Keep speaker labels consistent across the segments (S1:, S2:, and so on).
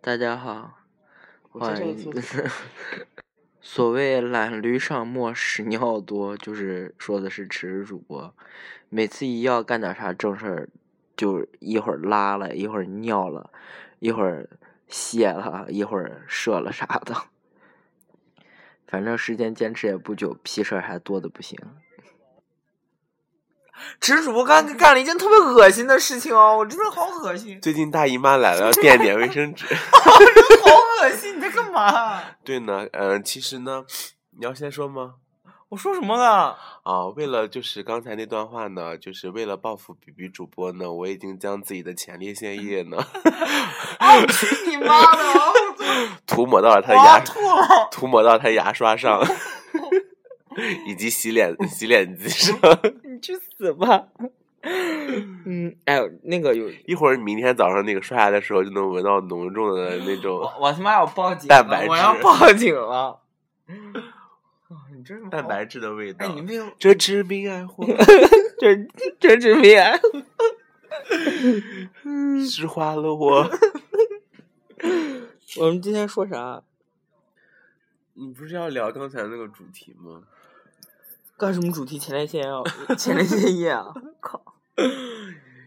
S1: 大家好，
S2: 我介绍一
S1: 迎
S2: 次。
S1: 所谓懒驴上磨，屎尿多，就是说的是池子主播，每次一要干点啥正事儿，就一会儿拉了，一会儿尿了，一会儿泄了，一会儿射了啥的， 反正时间坚持也不久，屁事儿还多的不 行。
S3: 池主播刚干了一件特别恶心的事情哦，我真的好 恶心，
S2: 最近大姨妈来了，要垫点卫生纸。
S3: 好恶心！你在干嘛？
S2: 对呢，嗯、其实呢，你要先说吗？
S3: 我说什么了？
S2: 啊，为了就是刚才那段话呢，就是为了报复比比主播呢，我已经将自己的前列腺液呢
S3: 啊！我去你妈的！啊我操
S2: 涂抹到了他的
S3: 我要
S2: 牙，
S3: 吐了！
S2: 涂抹到他牙刷上， 以及洗脸洗脸机上。
S1: 你去死 吧！嗯，哎呦，那个有
S2: 一会儿明天早上那个刷牙的时候，就能闻到浓重的那种
S3: 我我他妈要报警了！
S2: 蛋白质
S3: 我要报警了！啊你这是
S2: 蛋白质的味
S3: 哎，
S2: 道。
S3: 你没有
S2: 这致命 爱火
S1: 这这治病。
S2: 石化了我。
S1: 我们今天说啥？
S2: 你不是要聊刚才那个主题吗？
S1: 干什么主题前列腺 要前列腺液啊！靠！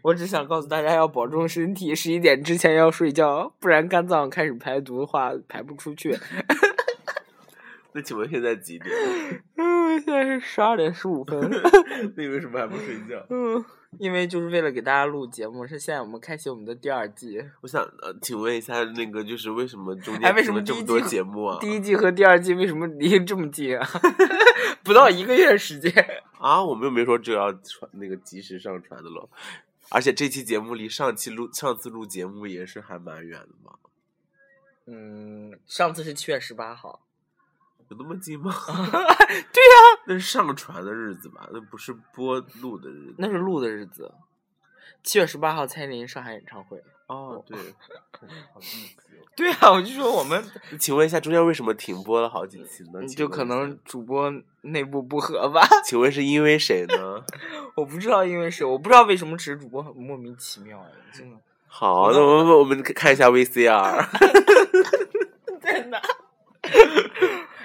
S1: 我只想告诉大家要保重身体，十一点之前要睡觉，不然肝脏开始排毒的话排不出去。
S2: 那请问现在几点？
S1: 嗯，现在是十二点十五分。
S2: 那你为什么还不睡觉？
S1: 嗯，因为就是为了给大家录节目，是现在我们开启我们的第二季，
S2: 我想呃，请问一下，那个就是为什么中
S3: 哎
S2: 间
S3: 为
S2: 停
S3: 什
S2: 了
S3: 么
S2: 这
S3: 第
S2: 么
S3: 一
S2: 多
S3: 季
S2: 节目啊？
S1: 第一季和第二季为什么离这么近 啊？不到一个月时间。
S2: 啊，我们又没说这要传那个及时上传的喽。而且这期节目离上期录上次录节目也是还蛮远的嘛，
S1: 嗯，上次是七月十八号。
S2: 有那么近吗？
S1: 对
S3: 啊
S1: 呀、
S2: 那是上传的日子吧，那不是播录的日子。
S1: 那是录的日子。七月十八号，蔡依林上海演唱会。
S2: 哦，对。
S3: 对啊，我就说我们
S2: 那请问一下，中间为什么停播了好几期呢？
S1: 嗯
S2: 请
S1: 就
S2: 问
S1: 可
S2: 一
S1: 能
S2: 下，
S1: 主播内部不和吧，
S2: 请问是因为谁呢？
S1: 我不知道，因为是我不知道为什么只是主播很莫名其妙，哎真的。
S2: 好，那我们我们看一下 VCR。
S3: 真 的，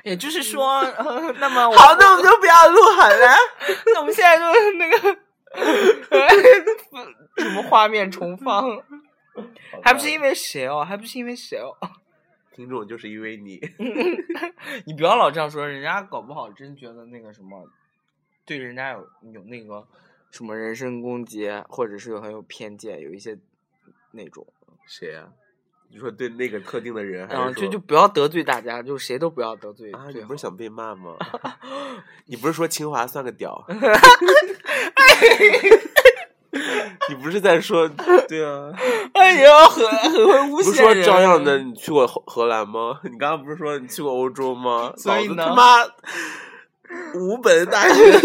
S3: 也就是说，呃那么我
S1: 好，那我们就不要录好 了，
S3: 那我们现在就那个
S1: 什么画面 重放，还不是因
S2: 为
S1: 为谁哦，还不是因为谁哦。
S2: 听众就是因为你，
S1: 你不要老这样说，人家搞不好真觉得那个什么，对人家有有那个什么人身攻击，或者是有很有偏见，有一些那种。
S2: 谁呀、你说对那个特定的人，还
S1: 嗯，
S2: 是
S1: 啊就
S2: 说
S1: 就不要得罪大家，就谁都不要得罪。
S2: 啊？
S1: 最
S2: 你
S1: 好
S2: 不是想被 骂吗？你不是说清华算个屌？你不是 在说对啊？
S1: 哎呀，很很会诬
S2: 不是
S1: 陷
S2: 说
S1: 人。啊
S2: 照样的，你去过荷荷兰吗？ 你刚刚不是说你去过欧洲吗？
S1: 所以
S2: 老子
S1: 呢
S2: 他妈五本大学，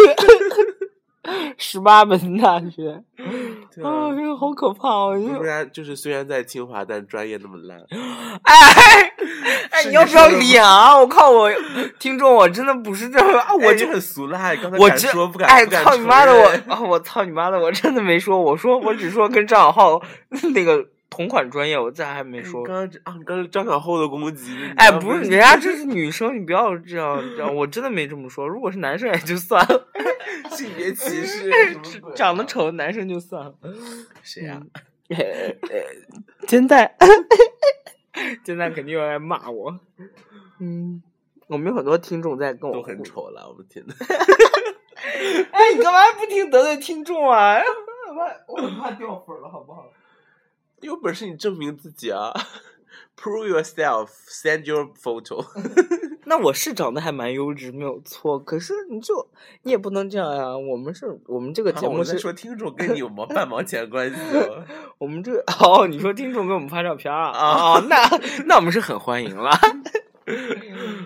S1: 十八本大学，
S2: 对
S1: 啊，
S2: 啊
S1: 这。个好可怕哦！
S2: 你说
S1: 就
S2: 他就是虽然在清华，但专业那么
S1: 啊
S2: 烂，
S1: 哎哎，
S2: 是
S1: 你要
S2: 你
S1: 不要
S2: 说的吗
S1: 脸啊？我靠我，听众，我真的不是这样啊！我
S2: 哎
S1: 就
S2: 你很俗辣，刚才
S1: 我
S2: 敢
S1: 真
S2: 说不敢，
S1: 哎，
S2: 不敢
S1: 操你妈的
S2: 承
S1: 我
S2: 认！
S1: 啊！我操你妈的！我真的没说，我说我只说跟张小浩那个同款专业，我再还没说
S2: 你。刚刚啊，你刚才张小厚的攻击，你
S1: 哎，
S2: 刚
S1: 不是，
S2: 是
S1: 人家这是女生，你不要这样这样，我真的没这么说。如果是男生也就算了，
S2: 性别歧 视，什么鬼啊
S1: 长得丑嗯的男生就算了。
S2: 谁啊呀、
S1: 现在， 现在肯定有人骂我。嗯，我们有很多听众在跟我
S2: 都很
S1: 互
S2: 丑了，我们天呐。
S1: 哎，你干嘛不听得罪听众啊？哎我怕 我很怕掉粉了，好不好？
S2: 有本事你证明自己啊！Prove yourself, send your photo。
S1: 那我是长得还蛮优质，没有错。可是你就你也不能这样呀、我们是我们这个节
S2: 啊我
S1: 目
S2: 们在
S1: 是，
S2: 说听众跟你有毛半毛钱关系 吗？
S1: 我们这个哦，你说听众给我们发照片啊？啊，那那我们是很欢迎了。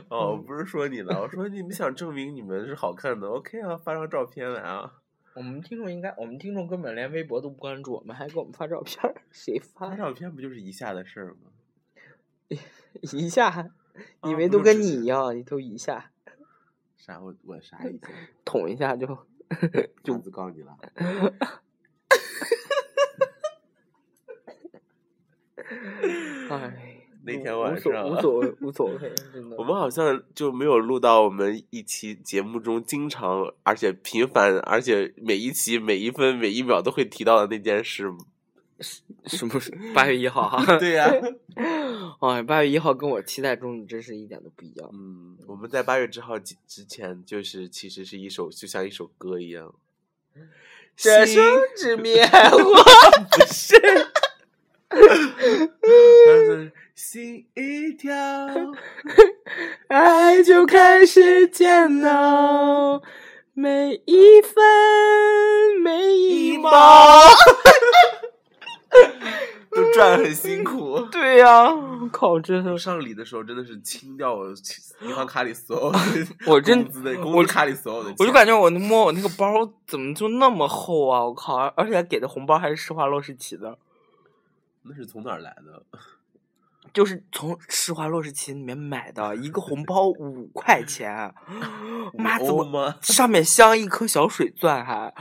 S2: 哦，我不是说你了，我说你们想证明你们是好看的，OK 啊，发张照片来啊，
S1: 我们听众应该，我们听众根本连微博都不关注，我们还给我们发照片儿，谁发
S2: 发照片不就是一下的事儿吗？
S1: 一下，
S2: 啊
S1: 以为
S2: 不
S1: 都
S2: 就
S1: 跟
S2: 只
S1: 你
S2: 是
S1: 一样，你都一下
S2: 啥我我啥意思？
S1: 捅一下就。
S2: 就子告你了。
S1: 哎，
S2: 那天晚上
S3: 无所谓，无所谓，真的
S2: 我。们好像就没有录到我们一期节目中经常而且频繁而且每一期每一分每一秒都会提到的那件事。
S3: 什么是八月一号
S1: 啊
S3: 哈？
S2: 对呀、
S3: 哎，八月一号跟我期待中的真是一点都不一样。
S2: 嗯，我们在八月之号之之前，就是其实是一首就像一首歌一样。
S4: 这
S2: 心
S4: 生之灭 我。
S2: 心 一跳，
S3: 爱就开始煎熬，每一分每一
S2: 毛，就转很辛 苦。
S3: 对呀、靠，真的
S2: 我
S3: 是，
S2: 上礼的时候真的是清掉我银行卡里所有的
S3: 我真
S2: 工资的
S3: 我
S2: 工资卡里所有的钱，
S3: 我就感觉我摸我那个包怎么就那么厚啊！我靠，而且给的红包还是施华洛世奇的，
S2: 那是从哪儿来的？
S3: 就是从施华洛世奇里面买的，一个红包五块钱，妈
S2: 五
S3: 怎
S2: 欧
S3: 么
S2: 吗？
S3: 上面镶一颗小水钻还？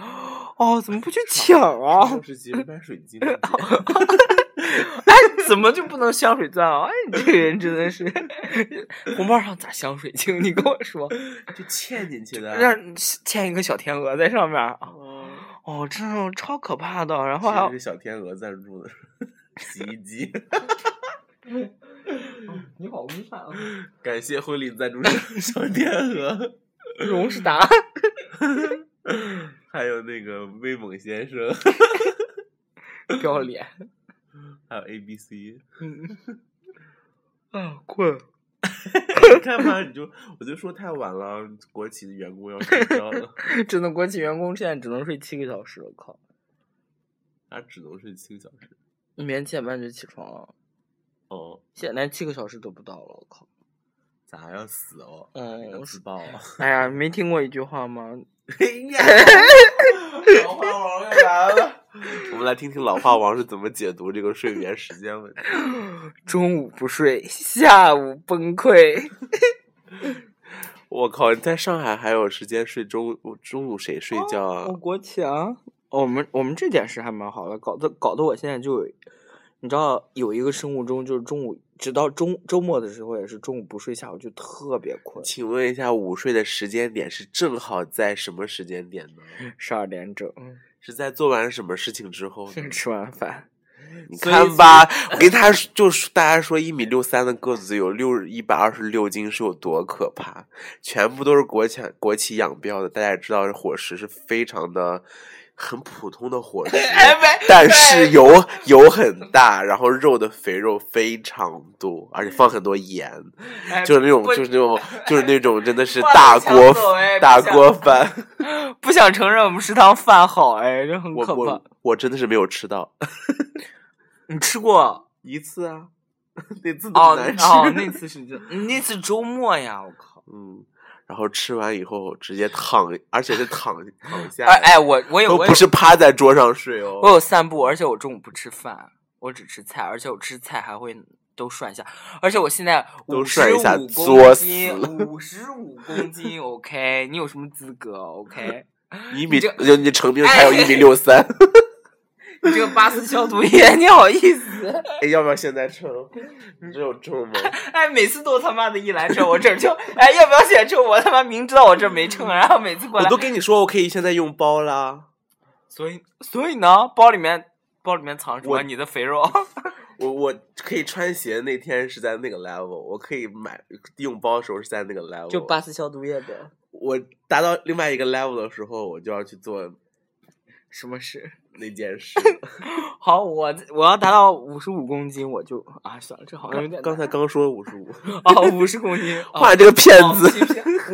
S3: 哦，怎么不去抢啊？
S2: 是其实卖水晶的
S3: 哦哎，怎么就不能镶水钻啊？哎，你这个人真的是，红包上咋镶水晶？你跟我说，
S2: 就嵌进去的。啊
S3: 让嵌一个小天鹅在上面啊！
S2: 哦
S3: 哦，这种超可怕的。然
S2: 其
S3: 后还有
S2: 实是小天鹅赞助的洗衣机，
S3: 你好无法啊！
S2: 感谢婚礼赞 助商小天鹅，
S3: 荣仕达，
S2: 还有那个威猛先生，
S3: 不要脸。
S2: 还有 A B C。
S3: 嗯，
S1: 哎
S3: 啊，困。
S2: 你看吧，你就我就说太晚了，国企的员工要睡觉了，
S3: 真的，国企员工现在只能睡七个小时，我靠，
S2: 他只能睡七个小时。
S3: 明天七点半就起床了，
S2: 哦，
S3: 现在连七个小时都不到了，我靠。
S2: 咋要死哦？
S3: 嗯
S2: 要
S3: 我
S2: 自爆啊！哎
S3: 哎呀，没听过一句话吗？
S2: 老花王又来了。 我们来听听老花王是怎么解读这个睡眠时间问题。
S3: 中午不睡，下午崩溃。
S2: 我靠！你在上海还有时间睡中午中午谁睡觉啊？
S3: 我国企啊，我们我们这点是还蛮好的，搞得搞得我现在就有，你知道有一个生物钟，就是中午，直到周周末的时候也是中午不睡，下午就特别困，
S2: 请问一下，午睡的时间点是正好在什么时间点呢？
S3: 十二点整，？
S2: 是在做完什么事情之后呢
S3: 吃完饭。
S2: 你
S3: 所以
S2: 看吧，我跟他说就是大家说一米六三的个子有六一百二十六斤是有多可怕，全部都是国产国企养膘的。大家也知道，伙食是非常的很普通 的伙食，
S3: 哎
S2: 但是油油很大，然后肉的肥肉非常多，而且放很多盐，就是那种就是那 种就是那种真的是
S4: 话
S2: 大
S4: 都抢
S2: 锅
S4: 走哎
S2: 大
S4: 不想
S2: 锅饭。
S3: 不想承认我们食堂饭好哎，这很
S2: 我
S3: 可怕
S2: 我。我真的是没有吃到
S3: 你吃过
S2: 一次啊， 那次
S3: 哦
S2: 多难吃。
S3: 哦， 那次是真，那次周末呀，我靠。
S2: 嗯，然后吃完以后直接躺，而且是躺躺下
S3: 哎
S2: 来，
S3: 哎，我我有
S2: 都
S3: 我
S2: 不
S3: 有
S2: 是趴在桌上睡哦。
S3: 我有散步，而且我中午不吃饭，我只吃菜，而且我吃菜还会都涮一下，而且我现在
S2: 都
S3: 五
S2: 涮
S3: 十
S2: 一下
S3: 五
S2: 作
S3: 公
S2: 死
S3: 斤，
S2: 了
S3: 五十五公斤，OK，你有 什么资格？OK，
S2: 一米，
S3: 这
S2: 就 你成
S3: 哎
S2: 名还有一米六三。
S3: 你这个八四消毒液，你好意思？
S2: 哎，要不要现在称？你这有称 吗？
S3: 哎，每次都他妈的一来称我这儿就，哎，要不要显称我他妈明知道我这儿没称，啊然后每次过
S2: 我
S3: 来
S2: 都，跟你说，我可以现在用包啦。
S3: 所以所以呢，包里面包里面藏什
S2: 我
S3: 么？你的肥 肉？
S2: 我我可以穿鞋那天是在那个 level，我可以买用包的时候是在那个 level。
S3: 四消毒液的
S2: 我达到另外一个 level 的时候，我就要去做
S3: 什么事？
S2: 那件事。
S3: 好，我我要达到五十五公斤，我就啊，算了，这好像有点
S2: 刚才刚说五十五，
S3: 哦，五十公 斤，
S2: 哇，这个骗子！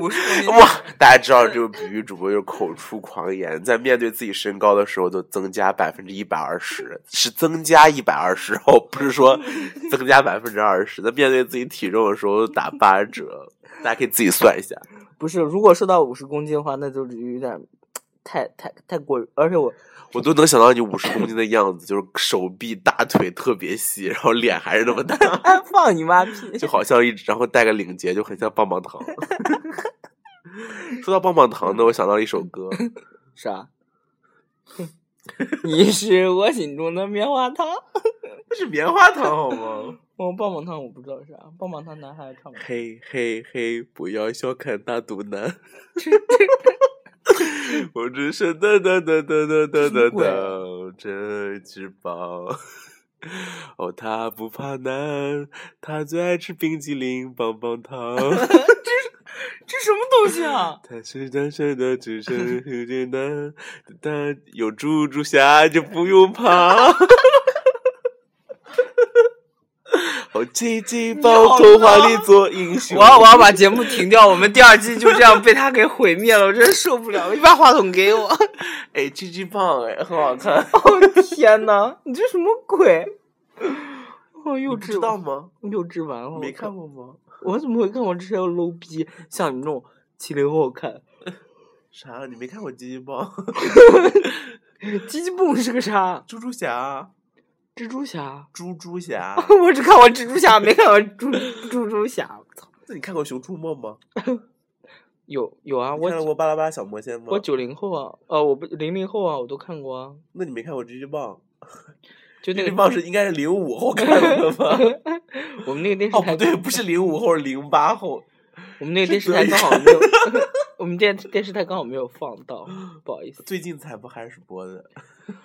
S3: 五十 公斤，
S2: 哇，大家知道这个体育主播就是口出狂言，在面对自己身高的时候都增加百分之一百二十，是增加一百二十哦，不是说增加百分之二十。在面对自己体重的时候打八折，大家可以自己算一下。
S3: 不是，如果瘦到五十公斤的话，那就有点太太太过于，而且我
S2: 我都能想到你五十公斤的样子，就是手臂、大腿特别细，然后脸还是那么大，
S3: 哎放你妈屁！
S2: 就好像一直，然后戴个领结，就很像棒棒糖。 嗯说到棒棒糖呢，我想到一首歌，
S3: 啥？ 你是我心中的棉花糖。
S2: 那是棉花糖好吗？
S3: 我棒棒糖我不知道是啥，棒棒糖男孩唱的。
S2: 嘿嘿嘿，不要小看大肚 腩。我只是噔噔噔噔噔噔噔噔，这只豹。 哦，它不怕难，它最爱吃冰激凌、棒棒糖。
S3: 这什么东西啊？
S2: 它是单身的，只是有点难，但有猪猪侠就不用怕。 哦，奇迹宝童话里做英雄。
S3: 我要我要把节目停掉，我们第二季就这样被他给毁灭了，我真受不了！你把话筒给我！
S2: 哎，鸡鸡棒哎，很 好看。
S3: 哦天哪，你这什么鬼？哦，
S2: 你
S3: 幼
S2: 不
S3: 稚
S2: 知道吗？
S3: 幼稚完了，
S2: 没看过吗？
S3: 我怎么会看我这些 low 逼？像你这种七零后看，
S2: 啥？你没看过鸡鸡棒？
S3: 鸡鸡蹦是个啥？
S2: 猪猪侠，
S3: 蜘蛛侠？
S2: 猪猪侠。
S3: 我只看过蜘蛛侠，没看过猪猪猪侠。我操，
S2: 那你看过《熊出没》吗？
S3: 有有啊，
S2: 你
S3: 我
S2: 看过《巴拉巴拉小魔仙》吗
S3: 我？九零后啊，呃，我不零零后啊，我都看过啊。
S2: 那你没看过《鸡鸡棒》？
S3: 就
S2: 《
S3: 那
S2: 鸡
S3: 个
S2: 鸡棒》是应该是零五后看的吧？
S3: 我们那个电视
S2: 哦，
S3: 台
S2: 不对，不是零五后，是零八后。
S3: 我们那个电视
S2: 是
S3: 台
S2: 德
S3: 刚好没有， 我们电电视台刚好没有放到，不好意思。
S2: 最近才不开始播的。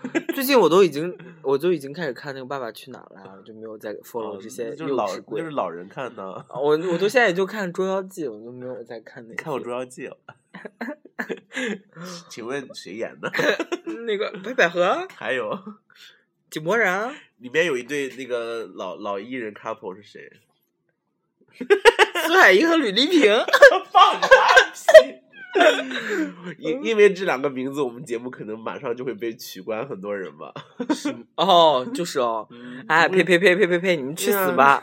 S3: 最近我都已经，我都已经开始看那个《爸爸去哪儿》了，啊我就没有再 follow 这些
S2: 哦那就
S3: 幼
S2: 是老，
S3: 稚
S2: 那
S3: 鬼
S2: 就是。老人看的。
S3: 啊我我都现在也就看《捉妖记》，我都没有再看那
S2: 你
S3: 个。
S2: 看过《捉妖记》了？请问谁演的？
S3: 那个白百合、
S2: 还有
S3: 井柏然、
S2: 里面有一对那个老老艺人 couple 是谁？
S3: 苏海英和吕丽萍。
S2: 放屁！
S3: 嗯
S2: 因因为这两个名字，我们节目可能马上就会被取关很多人吧。
S3: 哦，就是哦。哎，呸呸呸呸呸呸！你们去死吧！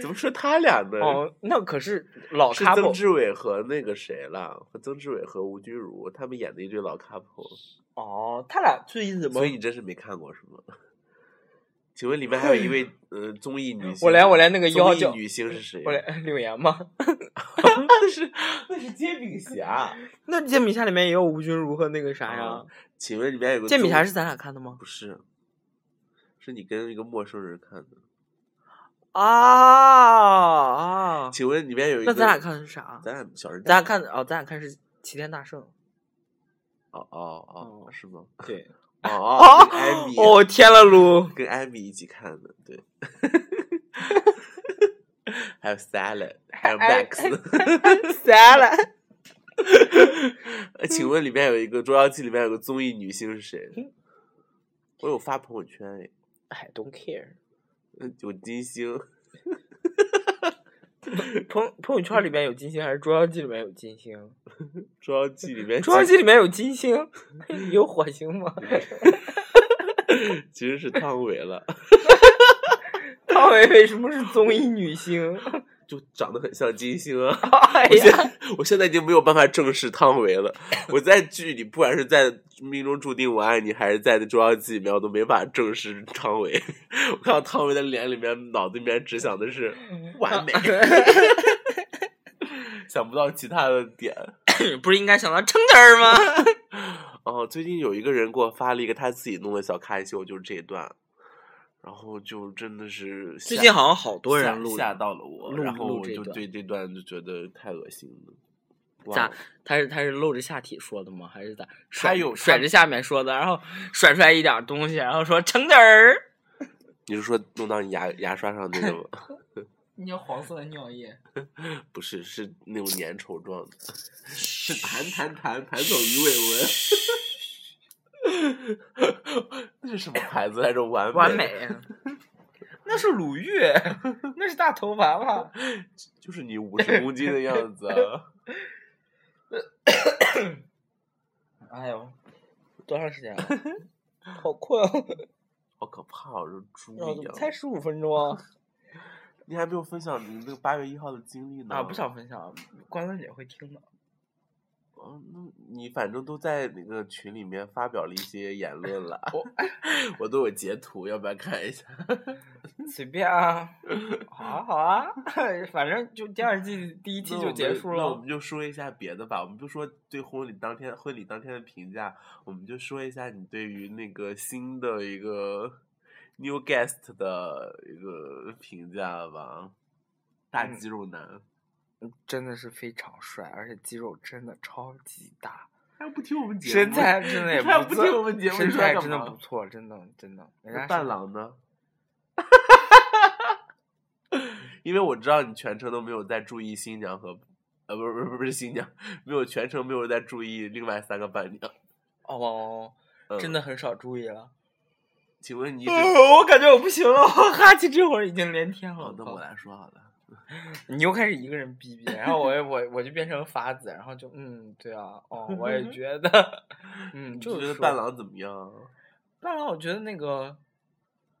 S2: 怎么说他俩呢？
S3: 哦，那可是老
S2: 啊是
S3: couple
S2: 曾志伟和那个谁啦，和曾志伟和吴君如他们演的一对老 couple，
S3: 哦，他俩最近怎么
S2: 所？以你真是没看过是吗？请问里面还有 一位呃综艺女星，
S3: 我连我连那个
S2: 综
S3: 腰
S2: 艺
S3: 叫，
S2: 女星是谁？啊
S3: 我连 柳岩吗？
S2: 那是那是煎饼
S3: 啊
S2: 侠。
S3: 那煎饼侠里面也有吴君如和那个啥呀
S2: 啊？请问里面有个
S3: 煎饼侠
S2: 综
S3: 是咱俩看的吗？
S2: 不是，是你跟一个陌生人看的。
S3: 啊啊！
S2: 请问里面有一个
S3: 那咱俩看的是啥？
S2: 咱俩小时候
S3: 咱俩看的哦，咱俩看是《齐天大圣
S2: 哦哦
S3: 哦
S2: 哦，是吗？》。
S3: 对。
S2: 哦哦，跟艾米
S3: 哦，天了 噜！
S2: 跟艾米一起看的，对。 还有 Salad，还有
S3: 哎
S2: Max。
S3: 啥了？
S2: 呃请问里面有一个《捉妖记》里面有个综艺女星是谁？我有发朋友圈哎，
S3: I don't care。
S2: 嗯有金星，
S3: 朋朋友圈里面有金星还是《捉妖记》里面有金星？
S2: 《捉妖记》里面
S3: 《捉妖记》里面有金星，哎 有火星吗？
S2: 其实是汤唯了，
S3: 汤唯为什么是综艺女星？
S2: 就长得很像金星啊。
S3: 哎
S2: 我现
S3: 呀，
S2: 在我现在已经没有办法正视汤唯了。我在剧里，不管是在《命中注定我爱你》，还是在《捉妖记》里面，我都没法正视汤唯。 我看到汤唯的脸里面，脑子里面只想的是完美，想不到其他的点。
S3: 不是应该想到撑子儿吗？
S2: 哦，最近有一个人给我发了一个他自己弄的小卡秀，就是这一段，然后就真的是
S3: 最
S2: 吓
S3: 近好像好多人
S2: 吓
S3: 录，
S2: 吓到了我，
S3: 录
S2: 然后
S3: 录
S2: 我
S3: 这
S2: 就
S3: 段
S2: 对这段就觉得太恶心了。哇哦
S3: 咋他是他是露着下体说的吗？还是咋？甩
S2: 有
S3: 甩
S2: 他
S3: 着下面说的，然后甩出来一点儿东西，然后说撑子儿。
S2: 你是说弄到你牙牙刷上那个吗？
S3: 你要黄色的尿液，
S2: 不是，是那种粘稠状的，是弹弹弹弹走鱼尾纹。 那是什么牌子来着？完
S3: 完美。 那是鲁豫，那是大头娃娃。
S2: 就是你五十公斤的样子、啊。
S3: 哎呦，多长时间了？ 好困哦，
S2: 好可怕、哦，这猪
S3: 我
S2: 一
S3: 怎么
S2: 样。
S3: 才十五分钟 啊！
S2: 你还没啊有分享你那个八月一号的经历呢。
S3: 啊，不想分享，关关姐会听的。
S2: 嗯，那你反正都在那个群里面发表了一些言论了，我 我都有截图，要不要看一下？
S3: 随便 啊，好啊好啊， 反正就第二季第一季
S2: 那
S3: 就
S2: 我
S3: 结
S2: 们
S3: 束
S2: 那我
S3: 了
S2: 们。就说一下别的吧，我们就说对婚礼当天婚礼当天的评价，我们就说一下你对于那个新的一个 new guest 的一个评价吧。大
S3: 嗯
S2: 肌肉男，
S3: 真的是非常帅，而且肌肉真的超级大，
S2: 他又不听我们节目，
S3: 身材真的也
S2: 你看
S3: 不
S2: 不
S3: 错，
S2: 听我们节目
S3: 身
S2: 你说他
S3: 材
S2: 干
S3: 真的
S2: 嘛
S3: 不错，真的真的。人
S2: 那
S3: 家
S2: 伴
S3: 是
S2: 郎呢？ 因为我知道你全程都没有在注意新娘和，呃，不是不是不是新娘，没有全程没有在注意另外三个伴娘。
S3: 哦，
S2: 嗯、
S3: 真的，嗯很少注意了。
S2: 请问你一 直
S3: 我感觉我不行了，我哈气这会儿已经连天了
S2: 哦，。那我来说好了。
S3: 你又开始一个人逼逼，然后我也我我就变成法子，然后就嗯，对啊，哦，我也觉得，嗯，
S2: 你
S3: 就是
S2: 觉得
S3: 说
S2: 伴郎怎么样？啊
S3: 伴郎，我觉得那个，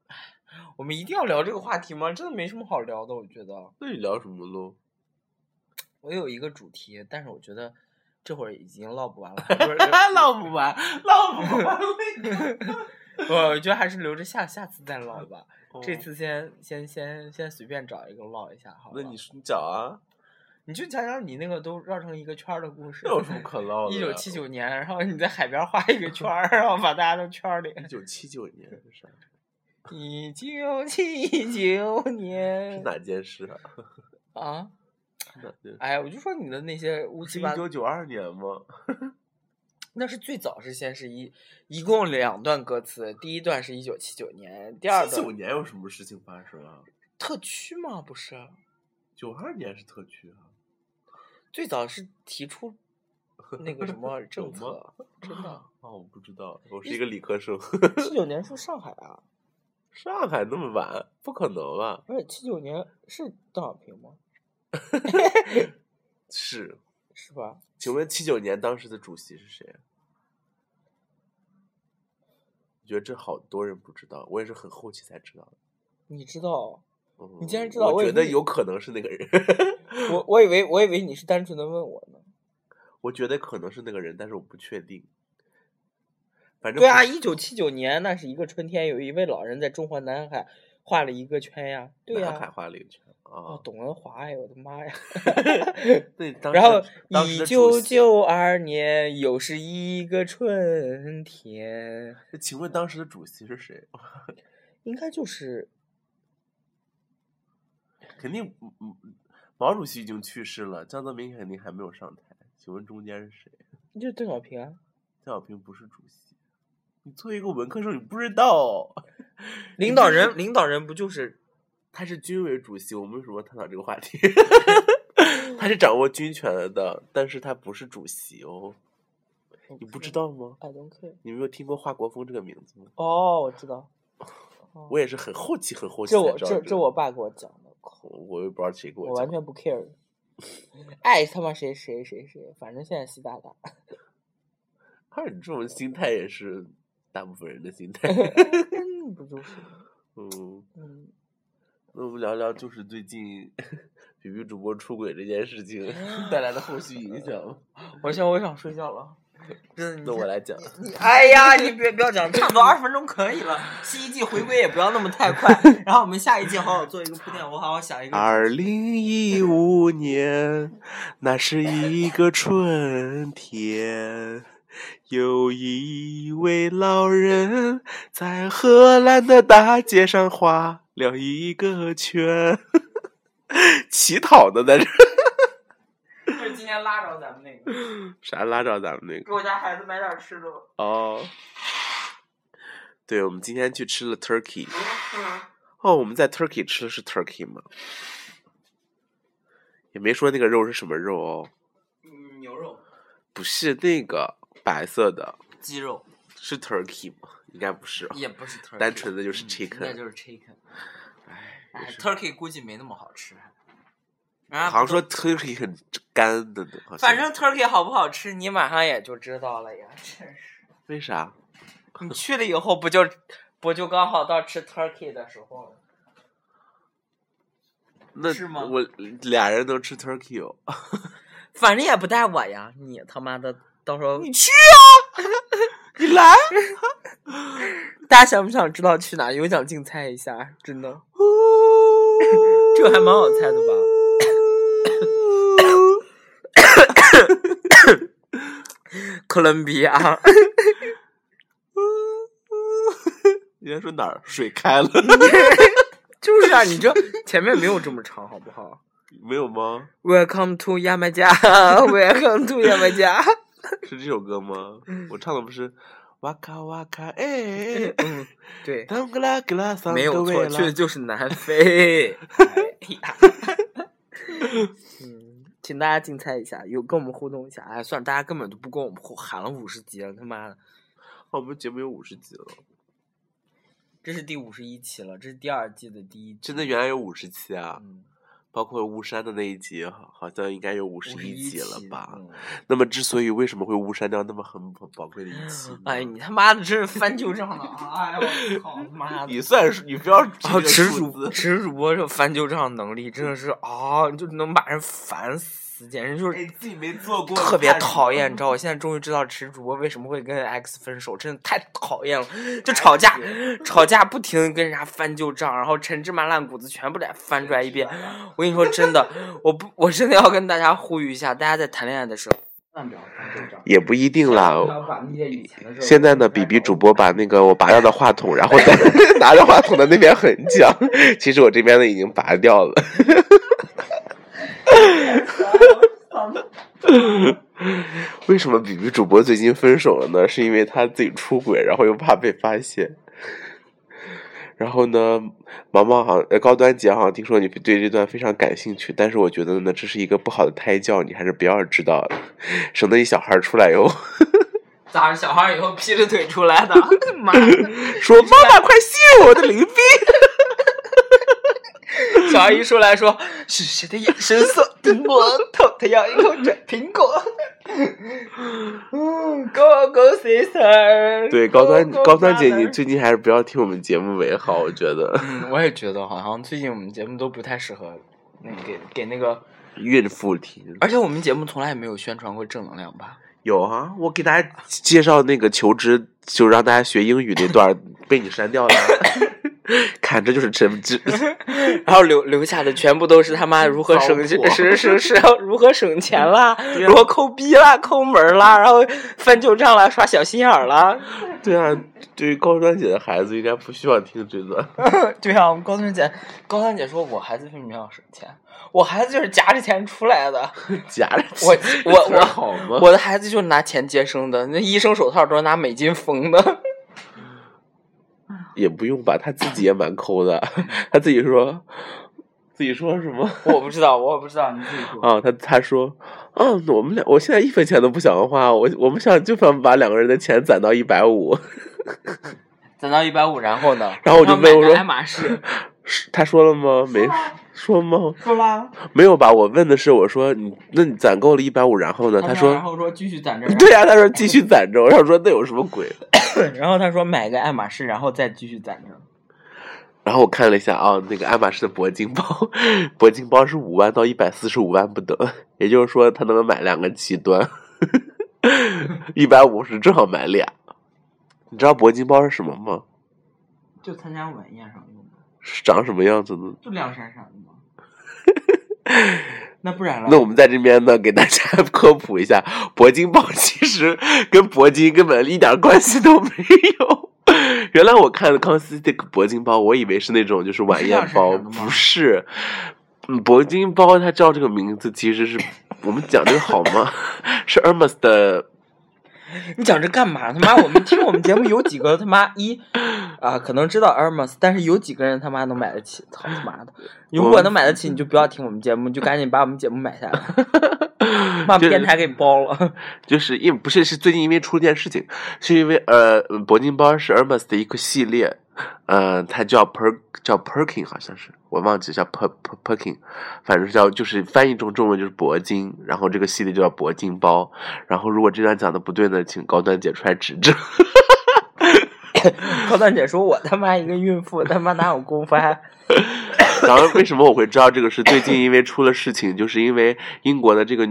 S3: 唉我们一定要聊这个话题吗？真的没什么好聊的，我觉得。
S2: 那你聊什么喽？
S3: 我有一个主题，但是我觉得这会儿已经唠不完了，还不是留
S2: 唠不完，唠不完那个。
S3: 我觉得还是留着下下次再唠吧。这
S2: 哦，
S3: 次先先先先随便找一个唠一下，好吧？
S2: 那你你讲啊，
S3: 你就讲讲你那个都绕成一个圈儿的故事
S2: 这。有什么可唠的？
S3: 一九七，九年，然后你在海边画一个圈儿，然后把大家都圈儿里。
S2: 一九七九年是啥？
S3: 一九七九
S2: 是
S3: 年
S2: 哪件事啊？
S3: 啊！
S2: 是哪件事？
S3: 哎，我就说你的那些乌
S2: 是
S3: 七
S2: 一
S3: 八，
S2: 九九二年吗？
S3: 那是最早是先是一一共两段歌词，第一段是一九七九年，第二
S2: 七九
S3: 段
S2: 年有什么事情发生啊？
S3: 特区嘛，不是
S2: 九二年是特区啊，
S3: 最早是提 出那个什么政
S2: 有
S3: 策
S2: 吗，
S3: 真 的。
S2: 哦，我不知道，我是一个理科生。
S3: 七九年是上海啊，
S2: 上海那么晚，不可能啊吧？
S3: 而且七九年是邓小平吗？
S2: 是，
S3: 是吧？
S2: 请问七九年当时的主席是谁？啊我觉得这好多人不知道，我也是很后期才知道的。
S3: 你知道，
S2: 嗯
S3: 你竟然知道
S2: 我
S3: 我以
S2: 觉得
S3: 为
S2: 有可能是那个人，
S3: 我我以为我以为你是单纯的问我呢。
S2: 我觉得可能是那个人，但是我不确定。反正
S3: 对啊，
S2: 不是
S3: 一九七九年那是一个春天，有一位老人在中国南海画了一个圈呀。对呀、
S2: 南海画了一个圈啊
S3: 哦，，董文华哎，我的妈呀！
S2: 对，当时
S3: 然后
S2: 的当时
S3: 一
S2: 的主
S3: 九
S2: 席
S3: 九二年又是一个春天，
S2: 那请问当时的主席是谁？
S3: 应该就是
S2: 肯定，嗯嗯，毛主席已经去世了，江泽民肯定还没有上台。请问中间是谁？
S3: 就是邓小平啊。
S2: 邓小平不是主席。你作为一个文科生，你不知道，
S3: 领导人，领导人不就是
S2: 他是军委主席。我们为什么要探讨这个话题？ 他是掌握军权的，但是他不是主席哦。你不知道吗？
S3: ？I don't care。
S2: 你没有听过华国锋这个名字吗？
S3: 哦，我知道。哦
S2: 我也是很后期、很后期
S3: 这
S2: 才
S3: 我
S2: 知道
S3: 这
S2: 个
S3: 这我爸给我讲的，
S2: 我也不知道谁给
S3: 我
S2: 我讲
S3: 完
S2: 的。
S3: 全不 care。爱他妈谁谁谁谁，反正现在习大大。
S2: 他你这种心态也是大部分人的 心态。
S3: 嗯，不就是吗
S2: 嗯。
S3: 嗯，
S2: 那我们聊聊，就是最近比比主播出轨这件事情
S3: 啊
S2: 带来的后续影响。
S3: 我现在我想睡觉了。真的，你
S2: 那我
S3: 看
S2: 来讲，
S3: 你哎呀，你别不要讲，差不多二十分钟可以了。新一季回归也不要那么太 快，然后我们下一季好好做一个铺垫，我好好想一个。
S2: 二零一五年，那是一个春天，有一位老人在荷兰的大街上画了一个圈。乞讨呢，在这儿
S3: 就是今天拉着咱们那个，
S2: 啥拉着咱们那个？
S3: 给我家孩子买点吃的。
S2: 哦，对，我们今天去吃了 turkey。哦，我们在 turkey 吃的是 turkey 吗？也没说那个肉是什么肉哦，
S3: 嗯，牛肉、
S2: 不是那个白色的，
S3: 鸡肉
S2: 是 turkey 吗？应该不是哦，
S3: 也不是 turkey，
S2: 单纯的就是
S3: 应该
S2: chicken。
S3: 就是 chicken。
S2: 哎，
S3: 哎，turkey 估计没那么好吃。啊，
S2: 哦好像说 turkey 很干的呢，好像
S3: 反正 turkey 好不好吃，你马上也就知道了呀。真是。
S2: 为啥？
S3: 你去了以后不就不就刚好到吃 turkey 的时候了？
S2: 那
S3: 是吗
S2: 我俩人能吃 turkey 哦，
S3: 反正也不带我呀，你他妈的到时候
S2: 你去啊， 你来，
S3: 啊大家想不想知道去哪？有奖竞猜一下，真的，这个还蛮好猜的吧？ 哥伦比亚，
S2: 人家说哪儿水开了，
S3: 就是啊，你这前面没有这么长，好不好
S2: 没有吗？
S3: ？Welcome to 牙买加 ，Welcome to 牙买加。
S2: 是这首歌吗？我唱的不是哇咔哇咔哎，
S3: 嗯，对，
S2: 当格拉格拉桑
S3: 没有
S2: 格
S3: 错，
S2: 维
S3: 去的
S2: 拉，
S3: 就是 南非。哎呀，嗯，请大家竞猜一下，有跟我们互动一下。哎，算了，大家根本就不跟我们互喊了五十集了，他妈的，
S2: 我们节目有五十集了，
S3: 这是第五十一期了，这是第二季的第一集。
S2: 真的原来有五十期啊，
S3: 嗯，
S2: 包括巫山的那一集，好好像应该有五十
S3: 51
S2: 一集了吧？
S3: 嗯
S2: 那么，之所以为什么会误删掉那么很宝宝贵的一期呢？
S3: 哎，你他妈的真是翻旧账了！哎呦，我操他妈的！
S2: 你算是你不要
S3: 啊，耻
S2: 吃
S3: 主耻主播这翻旧账能力真的是啊，就能把人烦死，简直就是
S2: 哎，自己没做过，
S3: 特别
S2: 看
S3: 讨厌，你知道？我现在终于知道池主播为什么会跟 X 分手，真的太讨厌了。就吵架，吵架不停的跟人家翻旧账，然后陈芝麻烂谷子全部得翻出来一遍。我跟你说真的，我不，我真的要跟大家呼吁一下，大家在谈恋爱的时候，万不要翻旧账。
S2: 也不一定
S3: 不要
S2: 啦。
S3: 把那些以前的事儿
S2: 现在呢，比比主播把那个我拔掉的话筒，然后在 拿着话筒的那边很讲，其实我这边呢已经拔掉了。 为什么比比主播最近分手了呢？是因为他自己出轨，然后又怕被发现。然后呢，毛毛好像呃高端姐好像听说你对这段非常感兴趣，但是我觉得呢，这是一个不好的胎教，你还是不要知道了，省得你小孩儿出来以后
S3: 咋小孩以后劈着腿出 来的？妈的，
S2: 说妈妈快吸入我的 灵臂，
S3: 小孩一出来说是谁的眼神锁定我，头，他要一口拽苹果。嗯，Go Go Sister。
S2: 对高端高端姐，你最近还是不要听我们节目为好，我觉得
S3: 嗯，我也觉得好像最近我们节目都不太适合，那给给那个，
S2: 孕妇听
S3: 而且我们节目从来也没有宣传过正能量吧？
S2: 有啊，我给大家介绍那个求职，就让大家学英语那段 儿被你删掉了，看这就是真 知，
S3: 然后留留下的全部都是他妈如何省
S2: 糟粕
S3: 是是是要如何省钱啦，如何抠逼啦、抠门儿啦，然后翻旧账啦、耍小心眼儿啦。
S2: 对啊，对于高端姐的孩子应该不需要听这段。
S3: 对啊，我们高端姐，高端姐说我孩子为什么要省钱？我孩子就是夹着钱出来 的，
S2: 夹着
S3: 我
S2: 钱
S3: 我
S2: 这词儿
S3: 我
S2: 好吗？
S3: 我的孩子就是拿钱接生的，那医生手套都是拿美金缝的。
S2: 也不用吧，他自己也蛮抠的， 他自己说，自己说什么？
S3: 我不知道，我不知道，你自己说。
S2: 啊，他他说，嗯，我们俩，我现在一分钱都不想花，我我们想就想把两个人的钱攒到一百五。
S3: 攒到一百五，然后呢？
S2: 然后我就问我说
S3: 爱马仕，
S2: 是他说了吗？没说吗？
S3: 说啦。
S2: 没有吧？我问的是，我说你，那你攒够了一百五，然后呢？
S3: 哦
S2: 他
S3: 然
S2: 说，
S3: 后说继续攒着。
S2: 对呀、他说继续攒着。我 想说那有什么鬼？
S3: 对。 然后他说买个爱马仕，然后再继续攒着。
S2: 然后我看了一下啊，那个爱马仕的铂金包， 铂金包是五万到一百四十五万不等， 也就是说他能买两个极端， 一百五十正好买俩。你知道铂金包是什么吗？
S3: 就参加晚宴上用的，
S2: 是长什么样子呢？
S3: 就亮闪闪的 嘛。那不然了？
S2: 那我们在这边呢，给大家 科普一下，铂金包其实跟铂金根本一点关系都没有。 原来我看康熙这个铂金包，我以为是那种就是晚宴包，
S3: 不是那样式儿的吗
S2: 不是。嗯铂金包它叫这个名字，其实是我们讲这个好吗？ 是 Hermes 的，
S3: 你讲这干嘛？他妈，我们听我们节目有几个他妈一啊，可能知道 Hermes，但是有几个人他妈能买得起？操他妈的！如果能买得起，你就不要听我们节目，你就赶紧把我们节目买下来， 把我们
S2: 就
S3: 电
S2: 是
S3: 台给包了。
S2: 就是因不是是最近因为出了件事情，是因为呃铂金包是 Hermes 的一个系列，呃，它叫 Per 叫 Perkin 好像是，我忘记叫 Per Per Perkin，反正叫就是翻译成中文就是铂金，然后这个系列就叫铂金包，然后如果这段讲的不对呢，请高端姐出来指正。
S3: 高段姐说：“我他妈一个孕妇，他妈哪有功夫还
S2: 然后为什么我会知道这个事？最近因为出了事情，就是因为英国的这个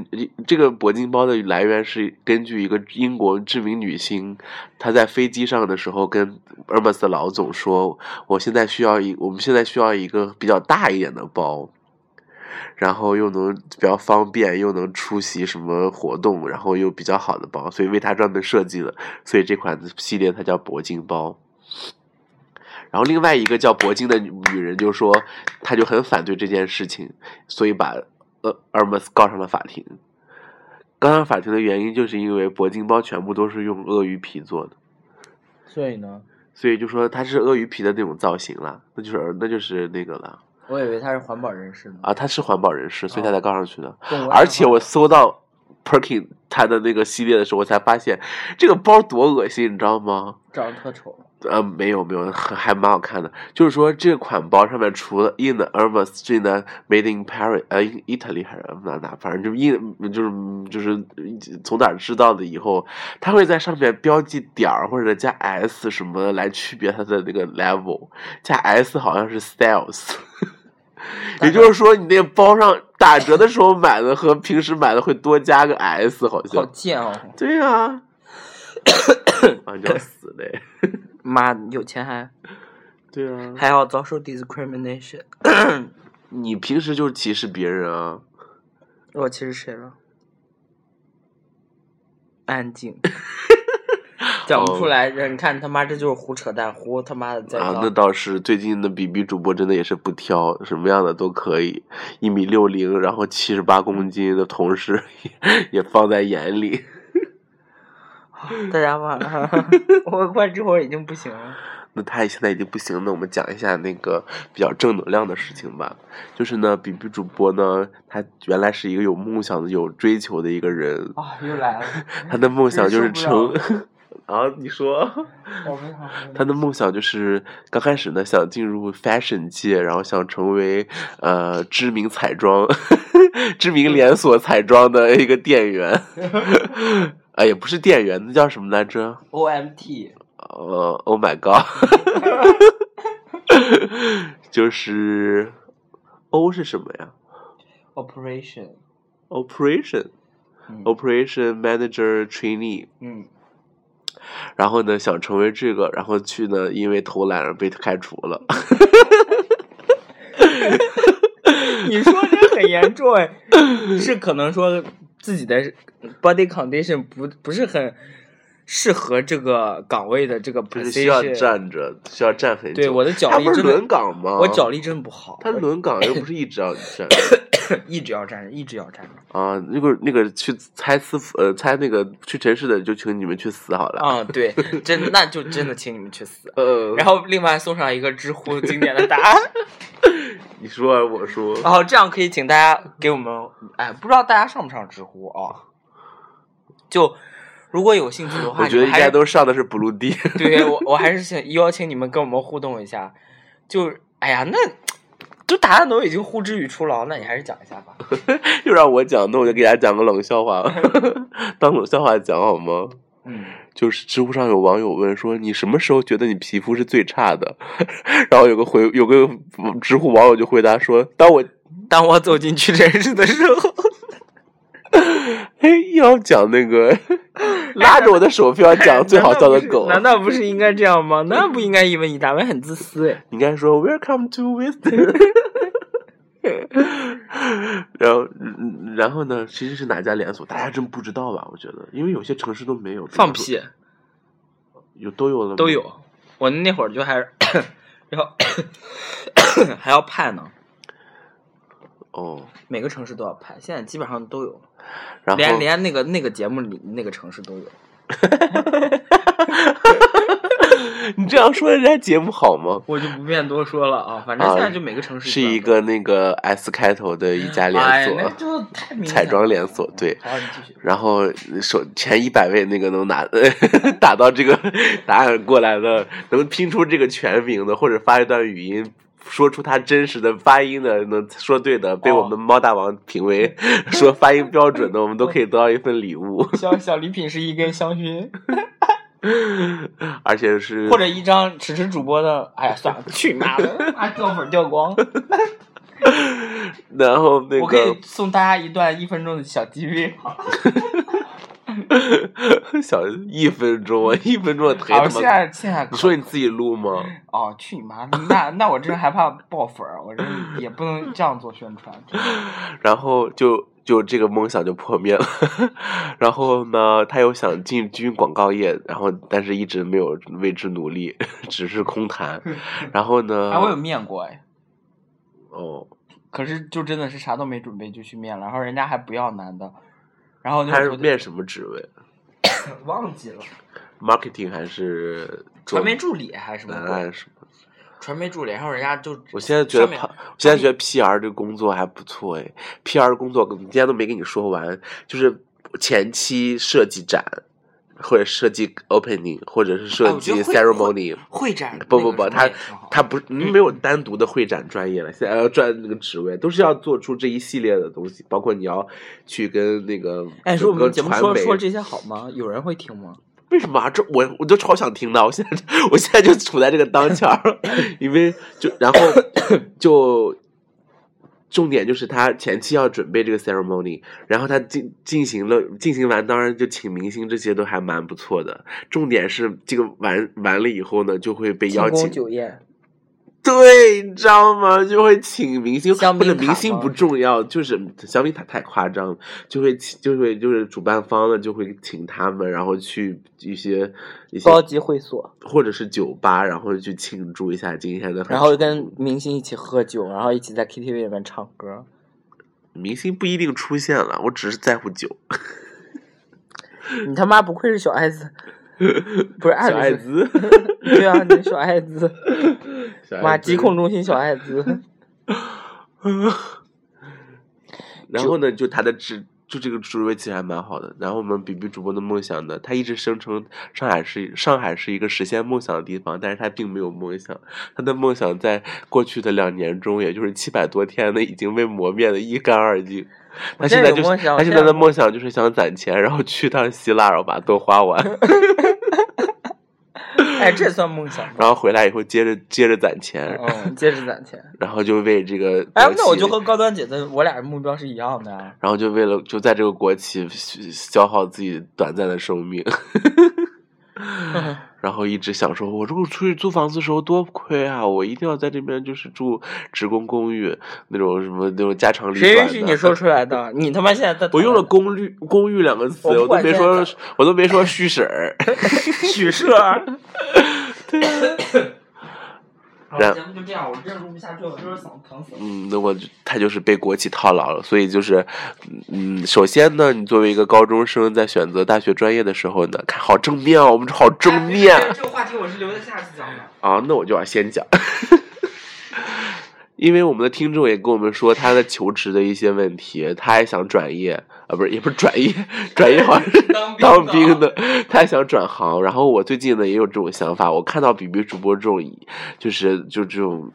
S2: 这个铂金包的来源是根据一个英国知名女星，她在飞机上的时候跟 Hermes 的老总说，我现在需要一，我们现在需要一个比较大一点的包。然后又能比较方便，又能出席什么活动，然后又比较好的包，所以为它专门设计了。所以这款系列它叫铂金包。然后另外一个叫铂金的女女人就说，她就很反对这件事情，所以把呃 Hermes 告上了法庭。告上法庭的原因就是因为铂金包全部都是用鳄鱼皮做的，
S1: 所以呢，
S2: 所以就说它是鳄鱼皮的那种造型啦，那就是那就是那个了
S1: 我以为他是环保人士呢。
S2: 啊，他是环保人士，所以他才告上去的。
S1: 跟我
S2: 而
S1: 想
S2: 且
S1: 法
S2: 我搜到 Perkin 他的那个系列的时候，我才发现这个包多恶心，你知道吗？
S1: 长得特丑，
S2: 呃，没有没有，还还蛮好看的。就是说这款包上面除了印的 Hermes，印的 Made in Paris，呃，in，Italy 还是哪哪，反正就印就是就是从哪儿知道的以后，它会在上面标记点儿或者加 s 什么来区别它的那个 level，加 s 好像是 styles。也就是说，你那个包上打折的时候买的和平时买的会多加个 s，好
S3: 好
S2: 像。
S3: 贱哦！
S2: 对 啊，啊，你要死嘞！
S3: 妈，有钱还
S2: 对啊，
S3: 还要遭受 discrimination。
S2: 你平时就是歧视别人啊？
S3: 我其实谁了？安 静，讲不出来。这你看他妈这就是胡扯淡，胡他妈的在
S2: 哦啊，
S3: 闹
S2: 那倒是，最近的比比主播真的也是不挑，什么样的都可以，一米六零，然后七十八公斤的同事也 也放在眼里。
S3: 大家晚安。 我快这会儿已经不行了。
S2: 那他现在已经不行，那我们讲一下那个比较正能量的事情吧。就是呢，比比主播呢，他原来是一个有梦想的、有追求的一个人，
S3: 啊，又来了。
S2: 他的梦想就是
S3: 真受
S2: 成
S3: 不。
S2: 然后你说，
S3: 我不想说
S2: 他的梦想就是刚开始呢，想进入 fashion 界，然后想成为呃知名彩妆、 知名连锁彩妆的一个店员。 哎，也不是店员，那叫什么来着？
S3: OMT
S2: 呃，Oh my god，就是 O 是什么呀
S3: operation，
S2: ？Operation
S3: 嗯
S2: Operation Manager Trainee，
S3: 嗯，
S2: 然后呢想成为这个，然后去呢因为偷懒而被开除了。
S3: 你说这很严重哎，是可能说自己的 body condition 不不是很适合这个岗位的这个
S2: 就是需要
S3: position。
S2: 站着，需要站很久。
S3: 对，我的脚
S2: 他
S3: 力
S2: 不是
S3: 真的
S2: 轮岗吗？
S3: 我脚力真不好，
S2: 他
S3: 我
S2: 轮岗又不是一直要站
S3: 一直要站着，一直要站着。
S2: 啊！那个那个去猜私服呃猜那个去城市的就请你们去死好了。
S3: 嗯，对，真那就真的请你们去死。
S2: 呃，
S3: 然后另外送上一个知乎经典的答 案，
S2: 你说啊我说
S3: 然后这样可以请大家给我们，哎，不知道大家上不上知乎啊、就如果有兴趣的话，
S2: 我觉
S3: 你
S2: 得应
S3: 们还
S2: 该
S3: 是
S2: 都上的是 blue D，
S3: 对我，我还是想邀请你们跟我们互动一下。就哎呀，那就答案都已经呼之欲出了，那你还是讲一下吧。
S2: 又让我讲，那我就给大家讲个冷笑 话，当冷笑话讲好吗？
S3: 嗯，
S2: 就是知乎上有网友问说，你什么时候觉得你皮肤是最差的？ 然后有个回有个知乎网友就回答说，当我
S3: 当我走进屈臣氏的时候，
S2: 哎要讲那个 拉着我的手非要 讲最好笑的狗，
S3: 哎难道不是应该这样吗？ 那不应该一问一答，我很自私哎。
S2: 你应该说 Welcome to Wisdom。然后，嗯然后呢？其实是哪家连锁？大家真不知道吧？我觉得，因为有些城市都没有。比
S3: 放
S2: 方说
S3: 屁，
S2: 有都有了吗
S3: 都有。我那会儿就还是， 然后 还要派呢，
S2: 哦。
S3: 每个城市都要派，现在基本上都有，
S2: 然后
S3: 连连那个那个节目里那个城市都有。
S2: 你这样说人家节目好吗？
S3: 我就不便多说了啊，反正
S2: 啊
S3: 现在就每个城市
S2: 是
S3: 都
S2: 一
S3: 有
S2: 个那个 S 开头的一家
S3: 哎
S2: 连锁、
S3: 那就太明显
S2: 彩妆
S3: 了
S2: 连锁，对。
S3: 好，你继续。
S2: 然后首前一百位那个能拿 打到这个答案过来的，能拼出这个全名的，或者发一段语音。说出他真实的发音的，能说对的，被我
S3: 哦
S2: 们猫大王 评为说发音标准的，我们都可以得到一份礼物。
S3: 小小礼品是一根香薰，
S2: 而且是
S3: 或者一张迟迟主播的，哎呀，算了，去妈的，妈掉粉掉光。
S2: 然后那
S3: 我可
S2: 个
S3: 以送大家一段一分钟的小啊 DV，
S2: 小一分钟，啊，一分钟忒
S3: 好，
S2: 他
S3: 现
S2: 妈。
S3: 在现在
S2: 你说你自己录吗？
S3: 哦，去你妈！那那我真害怕爆粉儿，我真也不能这样做宣传。 真的
S2: 然后就就这个梦想就破灭了。 然后呢，他又想进军广告业，然后但是一直没有为之努力， 只是空谈。 然后
S3: 嗯
S2: 呢，
S3: 哎，我有面过哎，
S2: 哦，
S3: 可是就真的是啥都没准备就去面了，然后人家还不要男的，然后就
S2: 他是
S3: 我就
S2: 面什么职位
S3: 忘记了，
S2: ？marketing 还是
S3: 传媒助理还是什么
S2: 文
S3: 鬼？
S2: 案什么？
S3: 传媒助理，然后人家就
S2: 我现在觉得
S3: 上面
S2: 怕，我现在觉得 PR 这个工作还不错哎，PR 工作我今天都没跟你说完，就是前期设计展，或者设计 opening，或者是
S3: 哎
S2: 设
S3: 我觉
S2: 计
S3: 得会
S2: ceremony，、
S3: 会展
S2: 不
S3: 那
S2: 不
S3: 个
S2: 不，
S3: 什么
S2: 他
S3: 也挺好
S2: 他不
S3: 嗯
S2: 没有单独的会展专业了，现在要专那个职位，都是要做出这一系列的东西，包括你要去跟那个
S3: 哎，说
S2: 整
S3: 我
S2: 个
S3: 们节目
S2: 传
S3: 说
S2: 媒
S3: 说这些好吗？有人会听吗？
S2: 为什么啊？这我我就超想听的，我现在我现在就处在这个当 前儿，因为就然后就重点就是他前期要准备这个 ceremony，然后他进进行了进行完，当然就请明星这些都还蛮不错的。重点是这个完完了以后呢，就会被邀请，
S3: 宴，
S2: 对，你知道吗？就会请明星，
S3: 香
S2: 或者
S3: 槟
S2: 明
S3: 塔
S2: 星
S3: 吗
S2: 不重要，就是小米塔太夸张了，就会请就会就是主办方呢就会请他们，然后去一些一些
S3: 级会所，
S2: 或者是酒吧，然后去庆祝一下今天的。
S3: 明星一起喝酒，然后一起在 KTV 里面唱歌。
S2: 明星不一定出现了，我只是在乎酒。
S3: 你他妈不愧是小艾 滋，不是艾
S2: 小艾
S3: 滋，
S2: 滋，
S3: 对啊，你小艾滋，
S2: 小
S3: 哇，
S2: 艾滋
S3: 疾控。中心小艾 滋，
S2: 然后呢，就他的职，就这个职位其实还蛮好的。然后我们比比主播的梦想呢，他一直声称上海是上海是一个实现梦想的地方，但是他并没有梦想。他的梦想在过去的两年中，也就是七百多天呢，已经被磨灭的一干二净。他
S3: 我现
S2: 现
S3: 在
S2: 在
S3: 有
S2: 就是
S3: 梦想我
S2: 他
S3: 现
S2: 现在
S3: 在
S2: 的
S3: 有
S2: 梦想就是想攒钱，然后去趟希腊，然后把它都花完。
S3: 哎，这算梦想吗？
S2: 然后回来以后接着接着攒钱，
S3: 嗯，接着攒钱。
S2: 然后就为这个
S3: 哎
S2: 国，
S3: 那我
S2: 企
S3: 就和高端姐的我俩目标是一样的 啊。
S2: 然后就为了就在这个国企消耗自己短暂的生命，然后一直想说，我如果出去租房子的时候多亏啊，我一定要在这边就是住职工公寓那种什么那种家长里
S3: 谁
S2: 短
S3: 允
S2: 的。
S3: 许你说出来的？你他妈现在在
S2: 我用了“公寓”“公寓”两个词，
S3: 我不
S2: 我都
S3: 管
S2: 没
S3: 现
S2: 说
S3: 在，
S2: 我都没说续婶儿。
S3: 取舍。
S2: 啊
S3: 好
S2: 然
S3: 节哦目就这样，我真的录不下去了，我就是想疼死了。
S2: 嗯，那我就他就是被国企套牢了，所以就是，嗯，首先呢，你作为一个高中生，在选择大学专业的时候呢，看好正面啊，我们好正面
S3: 哎这个话题我是留在下次讲的。
S2: 啊，那我就要先讲， 因为我们的听众也跟我们说他的求职的一些问题，他还想转业啊，不是也不是转业， 转业好像是
S3: 当兵
S2: 当
S3: 的
S2: 兵的，他还想转行。然后我最近呢也有这种想法，我看到比比主播这种，就是就这种，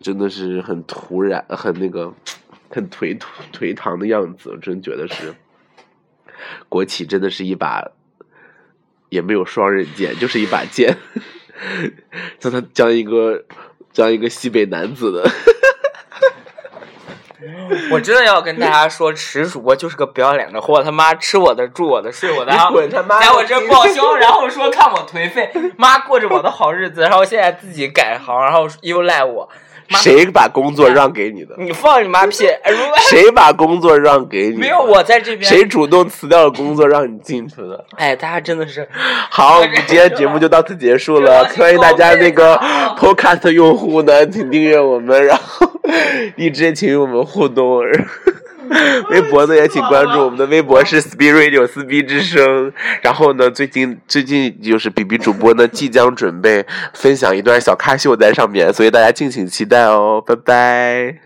S2: 真的是很突然，很那个，很颓颓唐的样子，我真觉得是，国企真的是一把，也没有双刃剑，就是一把剑， 将他将一个将一个西北男子的。
S3: 我真的要跟大家说，池主播就是个不要脸的货，他妈吃我的，住我的，睡我的，啊
S2: 你
S3: 然后
S2: 滚他妈的
S3: 来我这儿报销，然后说看我颓废，妈过着我的好日子，然后现在自己改行，然后又赖我，妈
S2: 谁把工作让给 你的？
S3: 你放你妈屁！哎如果
S2: 谁把工作让给 你？
S3: 没有，我在这边，
S2: 谁主动辞掉了工作让你进去的？
S3: 哎，大家真的是，
S2: 好，我们今天节目就到此结束了。
S3: 这个
S2: 欢迎大家那个 Podcast 用户呢，请订阅我们，然后 一直请与我们互动。 微博呢也请关注我们的微博是 s p i r i t 有撕逼之声。然后呢，最近最近就是 B B 主播呢即将准备分享一段小咖秀在上面，所以大家敬请期待哦，拜拜。